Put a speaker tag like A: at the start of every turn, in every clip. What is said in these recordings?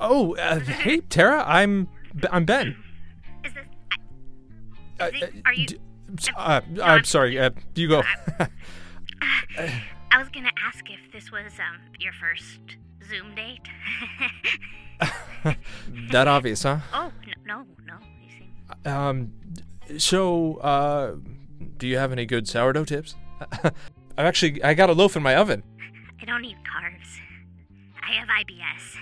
A: oh, uh, hey, Tara, I'm I'm Ben.
B: Is this?
A: Uh,
B: Is it- are you-
A: d- uh, I'm sorry. Uh, you go.
B: I was gonna ask if this was um your first Zoom date.
A: that obvious, huh?
B: oh no, no, no. You seem
A: Um, so, uh, do you have any good sourdough tips? I've actually I got a loaf in my oven.
B: I don't eat carbs. I have IBS.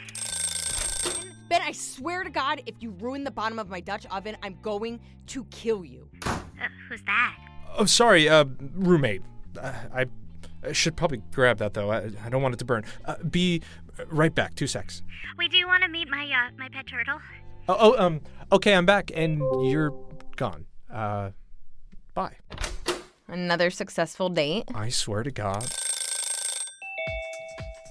C: Ben, I swear to God, if you ruin the bottom of my Dutch oven, I'm going to kill you.
B: Uh, who's that?
A: Oh, sorry, uh, roommate. Uh, I, I should probably grab that though. I, I don't want it to burn. Uh, be right back. Two secs.
B: We do want to meet my uh my pet turtle.
A: Oh, oh, um, okay, I'm back, and you're gone. Uh, bye.
C: Another successful date.
A: I swear to God.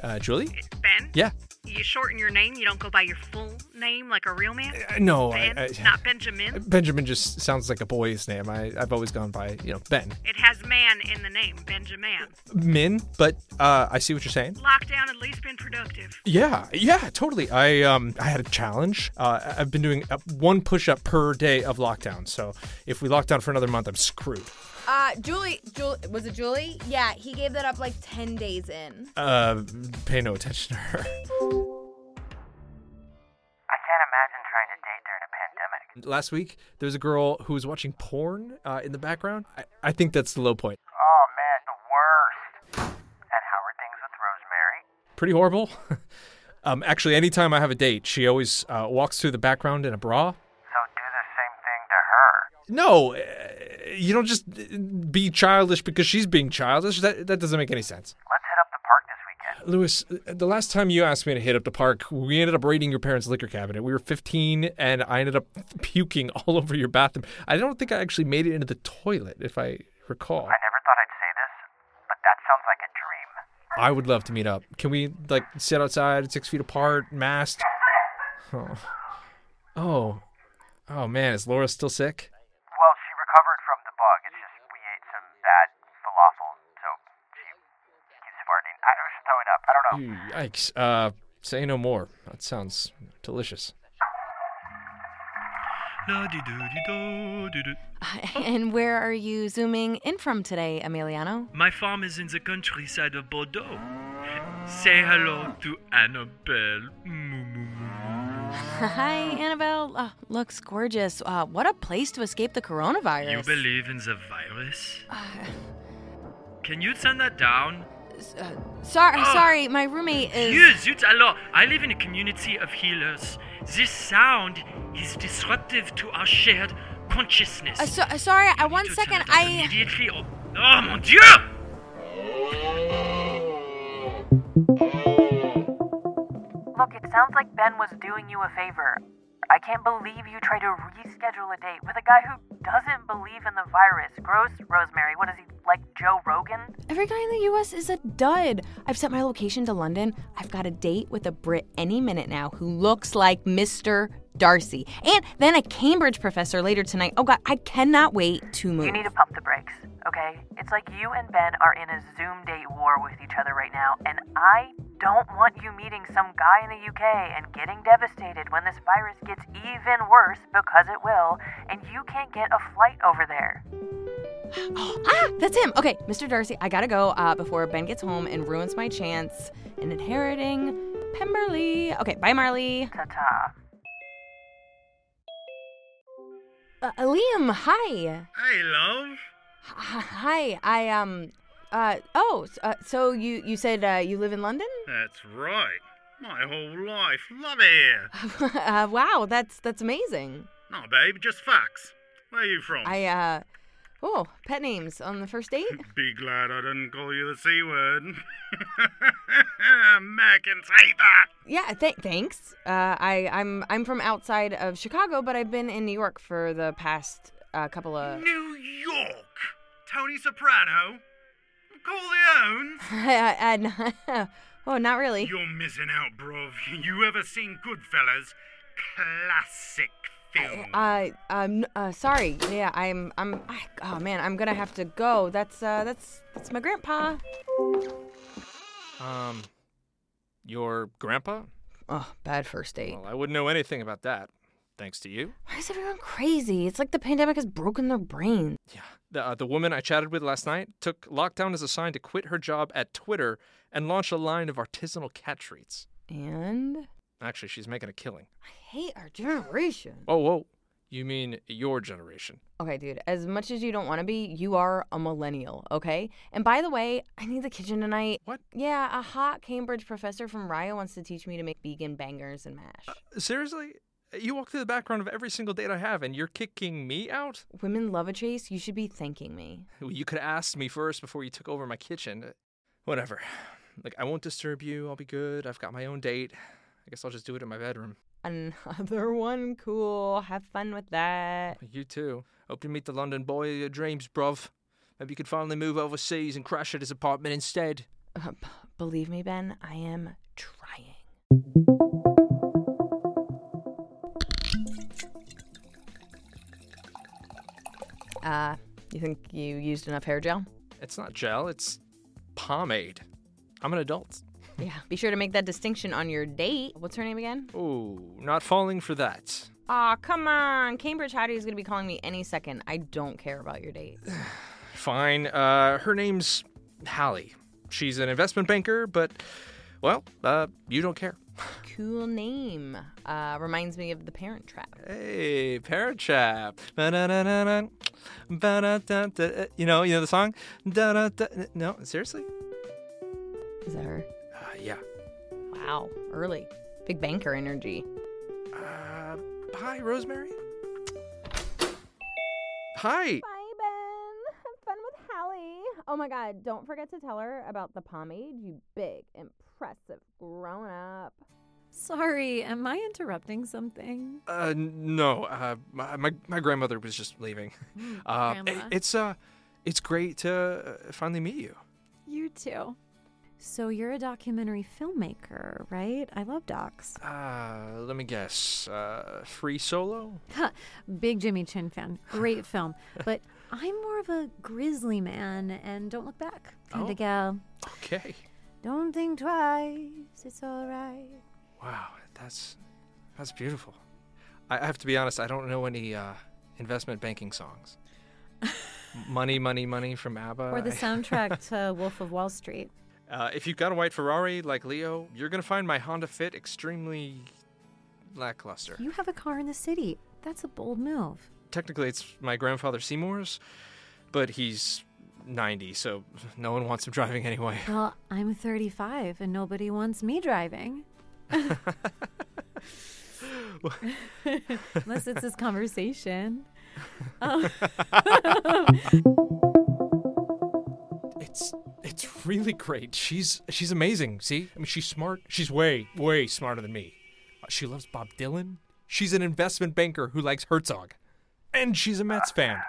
A: Uh, Julie?
D: Ben?
A: Yeah.
D: You shorten your name. You don't go by your full name like a real man.
A: Uh, no, I,
D: Ben,
A: I,
D: not Benjamin.
A: Benjamin just sounds like a boy's name. I, I've always gone by, you know, Ben.
D: It has man in the name, Benjamin.
A: Min, but uh, I see what you're saying.
D: Lockdown at least been productive.
A: Yeah, yeah, totally. I um, I had a challenge. Uh, I- I've been doing uh, one push-up per day of lockdown. So if we lock down for another month, I'm screwed.
E: Uh, Julie, Julie, was it Julie? Yeah, he gave that up like 10 days in.
A: Uh, pay no attention to her.
F: I can't imagine trying to date during a pandemic.
A: Last week, there was a girl who was watching porn uh, in the background. I, I think that's the low point.
F: Oh man, the worst. And how are things with Rosemary?
A: pretty horrible. um, actually, anytime I have a date, she always uh, walks through the background in a bra.
F: So do the same
A: No,
F: thing to her.
A: uh, you don't just uh, be childish because she's being childish. That that doesn't make any sense.
F: Let's hit up the park this weekend.
A: Lewis, uh, the last time you asked me to hit up the park, we ended up raiding your parents' liquor cabinet. We were 15, and I ended up puking all over your bathroom. I don't think I actually made it into the toilet, if I recall.
F: I never thought I'd say this, but that sounds like a dream.
A: I would love to meet up. Can we like sit outside, six feet apart, masked? Oh, oh, oh man, is Laura still sick?
F: Well, she recovered from the bug. It's just we ate some bad falafel, so she keeps farting. I
A: Hmm.
F: was throwing up. I don't know.
A: Yikes. Uh, say no more. That sounds delicious.
G: La-di-do-di-do-di-do.
C: And where are you zooming in from today, Emiliano?
G: My farm is in the countryside of Bordeaux. Say hello to Annabelle. Moo, moo, moo, moo.
C: Hi, Annabelle. Uh, looks gorgeous. Uh, what a place to escape the coronavirus.
G: You believe in the virus?
C: Uh.
G: Can you turn that down?
C: Sorry, sorry, my roommate is.
G: Yes, it's a lot. I live in a community of healers. This sound is disruptive to our shared consciousness.
C: Uh, so, uh, sorry, uh,
G: You
C: one
G: need to
C: second.
G: turn it off
C: I.
G: Immediately. Oh, oh, mon dieu!
H: Look, it sounds like Ben was doing you a favor. I can't believe you tried to reschedule a date with a guy who doesn't believe in the virus. Gross, Rosemary. What is he, like Joe Rogan?
C: Every guy in the US is a dud. I've set my location to London. I've got a date with a Brit any minute now who looks like Mr. Darcy. And then a Cambridge professor later tonight. Oh, God, I cannot wait to move.
H: You need to pump the brakes, okay? It's like you and Ben are in a Zoom date war with each other right now, and I don't want you meeting some guy in the UK and getting devastated when this virus gets even worse because it will, and you can't get a flight over there.
C: ah, that's him. Okay, Mr. Darcy, I gotta go uh, before Ben gets home and ruins my chance in inheriting Pemberley. Okay, bye, Marley.
H: Ta ta.
C: Uh, Liam, hi.
G: Hey, love.
C: Hi, I um, uh, oh, s- uh, so you you said uh, you live in London?
G: That's right. My whole life. Love it here.
C: uh, wow, that's that's amazing.
G: No, babe, just facts. Where are you from?
C: I uh, oh, pet names on the first date.
G: Be glad I didn't call you the C word. Americans hate that.
C: Yeah, th- thanks. Uh, I I'm I'm from outside of Chicago, but I've been in New York for the past uh, couple of.
G: New York. Tony Soprano. Corleone.
C: uh, uh, oh, not really.
G: You're missing out, bruv. You ever seen Goodfellas? Classic film.
C: Uh, um, uh, sorry. Yeah, I'm, I'm. I, oh man, I'm gonna have to go. That's, uh, that's, that's my grandpa.
A: Um, your grandpa?
E: Oh, bad first date.
A: Well, I wouldn't know anything about that. Thanks to you.
C: Why is everyone crazy? It's like the pandemic has broken their brains.
A: Yeah. The, uh, the woman I chatted with last night took lockdown as a sign to quit her job at Twitter and launch a line of artisanal cat treats.
C: And
A: Actually, she's making a killing.
C: I hate our generation.
A: Oh, whoa. You mean your generation?
C: Okay, dude, as much as you don't want to be, you are a millennial, okay? And by the way, I need the kitchen tonight.
A: What?
C: Yeah, a hot Cambridge professor from Raya wants to teach me to make vegan bangers and mash.
A: Seriously? You walk through the background of every single date I have and you're kicking me out?
C: Women love a chase. You should be thanking me.
A: Well, You could have asked me first before you took over my kitchen. Whatever. Like, I won't disturb you. I'll be good. I've got my own date. I guess I'll just do it in my bedroom.
C: Another one, cool. Have fun with that.
A: You too. Hope you meet the London boy of your dreams, bruv. Maybe you could finally move overseas and crash at his apartment instead.
C: Uh, b- believe me, Ben, I am trying. Uh, you think you used enough hair gel?
A: It's not gel, it's pomade. I'm an adult.
C: Yeah. Be sure to make that distinction on your date. What's her name again?
A: Ooh, not falling for that.
C: Aw, come on. Cambridge Howdy is going to be calling me any second. I don't care about your date.
A: Fine. Uh, her name's Hallie. She's an investment banker, but, well, uh, you don't care.
C: cool name. Uh, reminds me of The Parent Trap.
A: Hey, Parrot Trap. Ba-da-da-da-da. Ba-da-da-da. You know, you know the song? Da-da-da. No, seriously?
C: Is that her?
A: Uh, yeah.
C: Wow. Early. Big banker energy.
A: Uh, hi, Rosemary. Hi.
C: Bye, Ben. Have fun with Hallie. Oh my God. Don't forget to tell her about the pomade, you big, impressive grown up.
I: Sorry, am I interrupting something?
A: Uh, no. Uh, my my my grandmother was just leaving. Uh, it-
I: grandma.
A: it's uh, it's great to uh, finally meet you.
I: You too. So you're a documentary filmmaker, right? I love docs.
A: Uh, let me guess. Uh, free solo.
I: Big Jimmy Chin fan. Great film. But I'm more of a grizzly man and don't look back kind
A: Oh.
I: of gal.
A: Okay.
I: Don't think twice. It's all right.
A: Wow, that's that's beautiful. I I have to be honest. I don't know any uh, investment banking songs. money, money, money from ABBA.
I: or the
A: I-
I: soundtrack to Wolf of Wall Street.
A: Uh, if you've got a white Ferrari like Leo, you're gonna find my Honda Fit extremely lackluster.
I: You have a car in the city. That's a bold move.
A: Technically, it's my grandfather Seymour's, but he's 90, so no one wants him driving anyway.
I: Well, I'm 35 and nobody wants me driving. Unless it's this conversation. Um,
A: It's it's really great. She's she's amazing. See, I mean, she's smart. She's way way smarter than me. Uh, She loves Bob Dylan. She's an investment banker who likes Herzog, and she's a Mets fan.
F: I haven't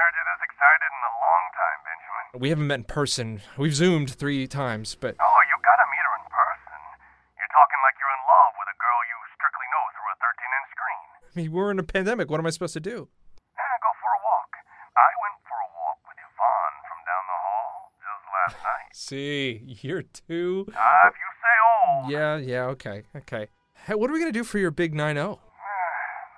F: heard you this excited in a long time, Benjamin.
A: We haven't met in person. We've zoomed three times, but
F: Oh, you gotta meet her in person. You're talking like you're in love with a girl you strictly know through a 13 inch screen.
A: I mean, we're in a pandemic. What am I supposed to do?
F: Yeah, go for a walk. I went for a walk with Yvonne from down the hall just last night.
A: See, you're too.
F: Ah, if you say old,
A: Yeah, yeah, okay, okay. Hey, what are we gonna do for your big oh? 9-0?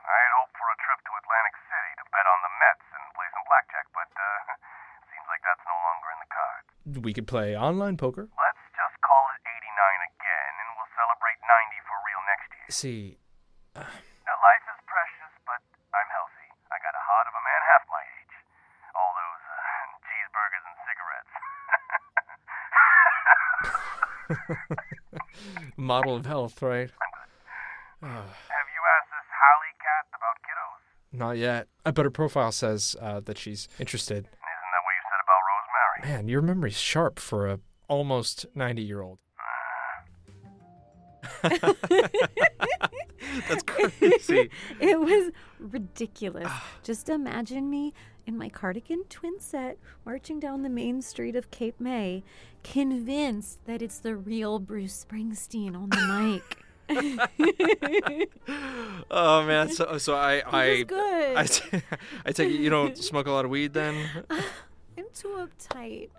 F: I had hoped for a trip to Atlantic City to bet on the Mets and play some blackjack, but uh, seems like that's no longer in the cards.
A: We could play online poker.
F: Let's just call it 89 again, and we'll celebrate 90 for real next year.
A: See,
F: Now, life is precious, but I'm healthy. I got a heart of a man half my age. All those uh, cheeseburgers and cigarettes.
A: model of health, right?
F: Have you asked this Holly cat about kiddos?
A: Not yet. Uh, but her profile says uh, that she's interested.
F: Isn't that what you said about Rosemary?
A: Man, your memory's sharp for a almost 90-year-old. That's crazy.
I: it was ridiculous.
A: Ah.
I: Just imagine me in my cardigan twin set marching down the main street of Cape May, convinced that it's the real Bruce Springsteen on the mic.
A: Oh man, so so I I
I: was good. Uh,
A: I, t- I take it you don't smoke a lot of weed then.
I: I'm too uptight.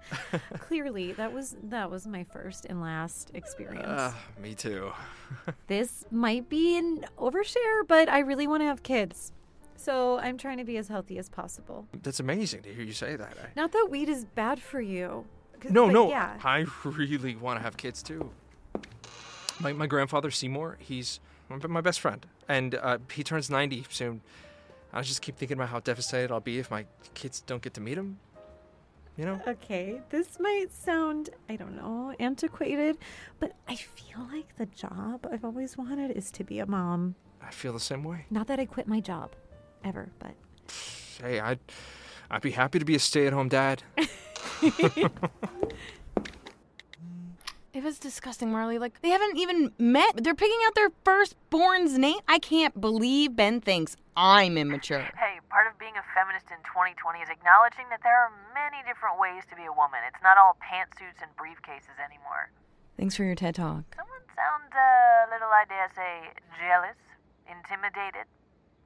I: Clearly, that was that was my first and last experience.
A: Ah, me too.
I: This might be an overshare, but I really want to have kids. So I'm trying to be as healthy as possible.
A: That's amazing to hear you say that. I-
I: Not that weed is bad for you. 'cause-
A: No,
I: but
A: no.
I: Yeah.
A: I really want to have kids too. My, my grandfather Seymour, he's my, my best friend, and uh, he turns 90 soon. I just keep thinking about how devastated I'll be if my kids don't get to meet him. You know?
I: Okay, this might sound, I don't know, antiquated, but I feel like the job I've always wanted is to be a mom.
A: I feel the same way.
I: Not that I quit my job ever, but
A: Hey, I'd, I'd be happy to be a stay at home dad.
C: It was disgusting, Marley. Like, they haven't even met. They're picking out their firstborn's name. I can't believe Ben thinks I'm immature.
H: Hey, part of being a feminist in 2020 is acknowledging that there are many different ways to be a woman. It's not all pantsuits and briefcases anymore.
C: Thanks for your TED Talk.
H: Someone sounds uh, a little, I dare say, jealous, intimidated,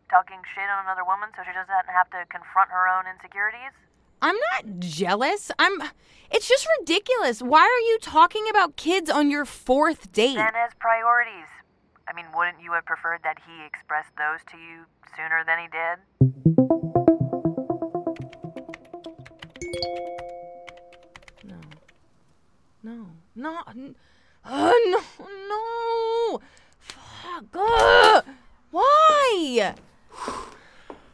H: talking shit on another woman so she doesn't have to confront her own insecurities.
C: I'm not jealous. I'm. It's just ridiculous. Why are you talking about kids on your fourth date?
H: Ben has priorities. I mean, wouldn't you have preferred that he expressed those to you sooner than he did?
C: No. No. No. n- Uh, no. No. Fuck. Ugh. Why?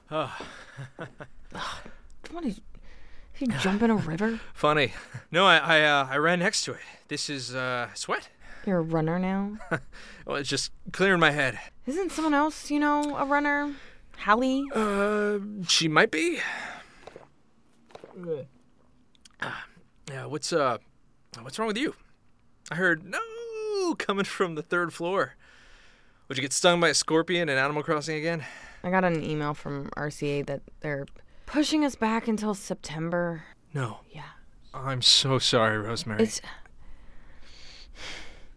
C: What is. If you jump in a river,
A: Funny. No, I I, uh, I ran next to it. This is uh, sweat.
C: you're a runner now.
A: Well, it's just clearing my head.
C: Isn't someone else, you know, a runner? Hallie?
A: Uh, she might be. Ah, Yeah, what's uh, what's wrong with you? I heard no coming from the third floor. Would you get stung by a scorpion in Animal Crossing again?
C: I got an email from RCA that they're pushing us back until September.
A: No.
C: Yeah.
A: I'm so sorry, Rosemary.
C: It's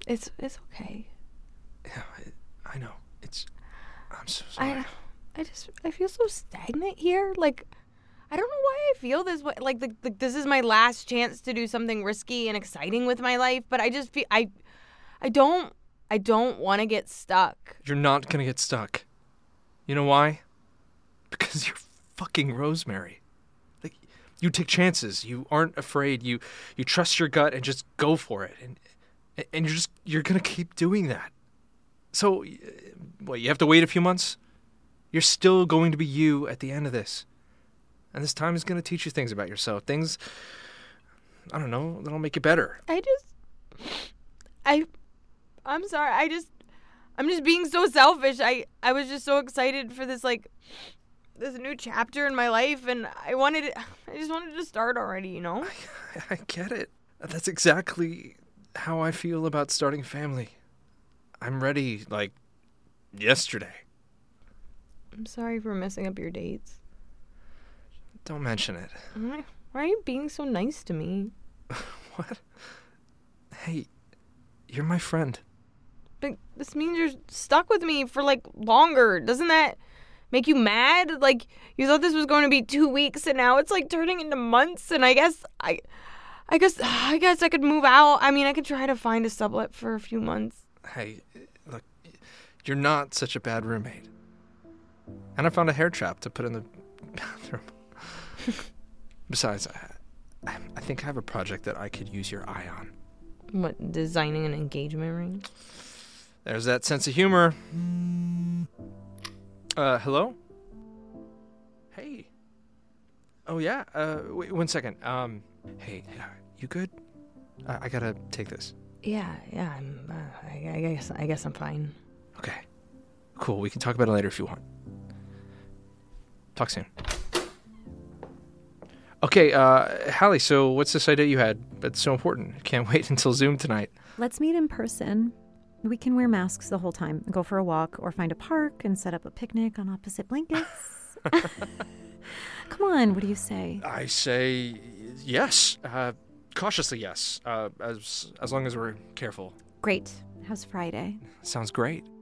C: it's it's okay.
A: I know. It's. I'm so sorry.
C: I I just I feel so stagnant here. Like I don't know why I feel this way. Like the, the, this is my last chance to do something risky and exciting with my life, but I just feel I I don't I don't want to get stuck.
A: You're not gonna get stuck. You know why? Because you're fucking Rosemary. Like you take chances. You aren't afraid. You you trust your gut and just go for it. And and you're just you're gonna keep doing that. So, uh, what? You have to wait a few months. You're still going to be you at the end of this. And this time is gonna teach you things about yourself. Things. I don't know. That'll make you better.
C: I just I I'm sorry. I just I'm just being so selfish. I I was just so excited for this like this new chapter in my life and I wanted it, I just wanted to start already, you know?
A: I get it. That's exactly how I feel about starting a family. I'm ready, like, yesterday.
C: I'm sorry for messing up your dates.
A: Don't mention it.
C: Why why are you being so nice to me?
A: What? Hey, you're my friend.
C: But this means you're stuck with me for like longer. Doesn't that make you mad? Like you thought this was going to be 2 weeks and now it's like turning into months and I guess I I guess I guess I could move out. I mean, I could try to find a sublet for a few months.
A: Hey, look, you're not such a bad roommate. And I found a hair trap to put in the bathroom. Besides, I, I think I have a project that I could use your eye on.
C: What designing an engagement ring?
A: There's that sense of humor. Uh, hello? Hey. Oh, yeah. Uh, wait one second. Um, hey, uh, you good? I, I gotta take this.
C: Yeah, yeah. I'm, uh, I, I guess I guess I'm fine.
A: Okay. Cool. We can talk about it later if you want. Talk soon. Okay, uh, Hallie, so what's this idea you had that's so important? Can't wait until Zoom tonight.
I: let's meet in person. We can wear masks the whole time, go for a walk, or find a park and set up a picnic on opposite blankets. Come on, what do you say?
A: I say yes. Uh, cautiously yes. Uh, as as long as we're careful.
I: Great. How's Friday?
A: Sounds great.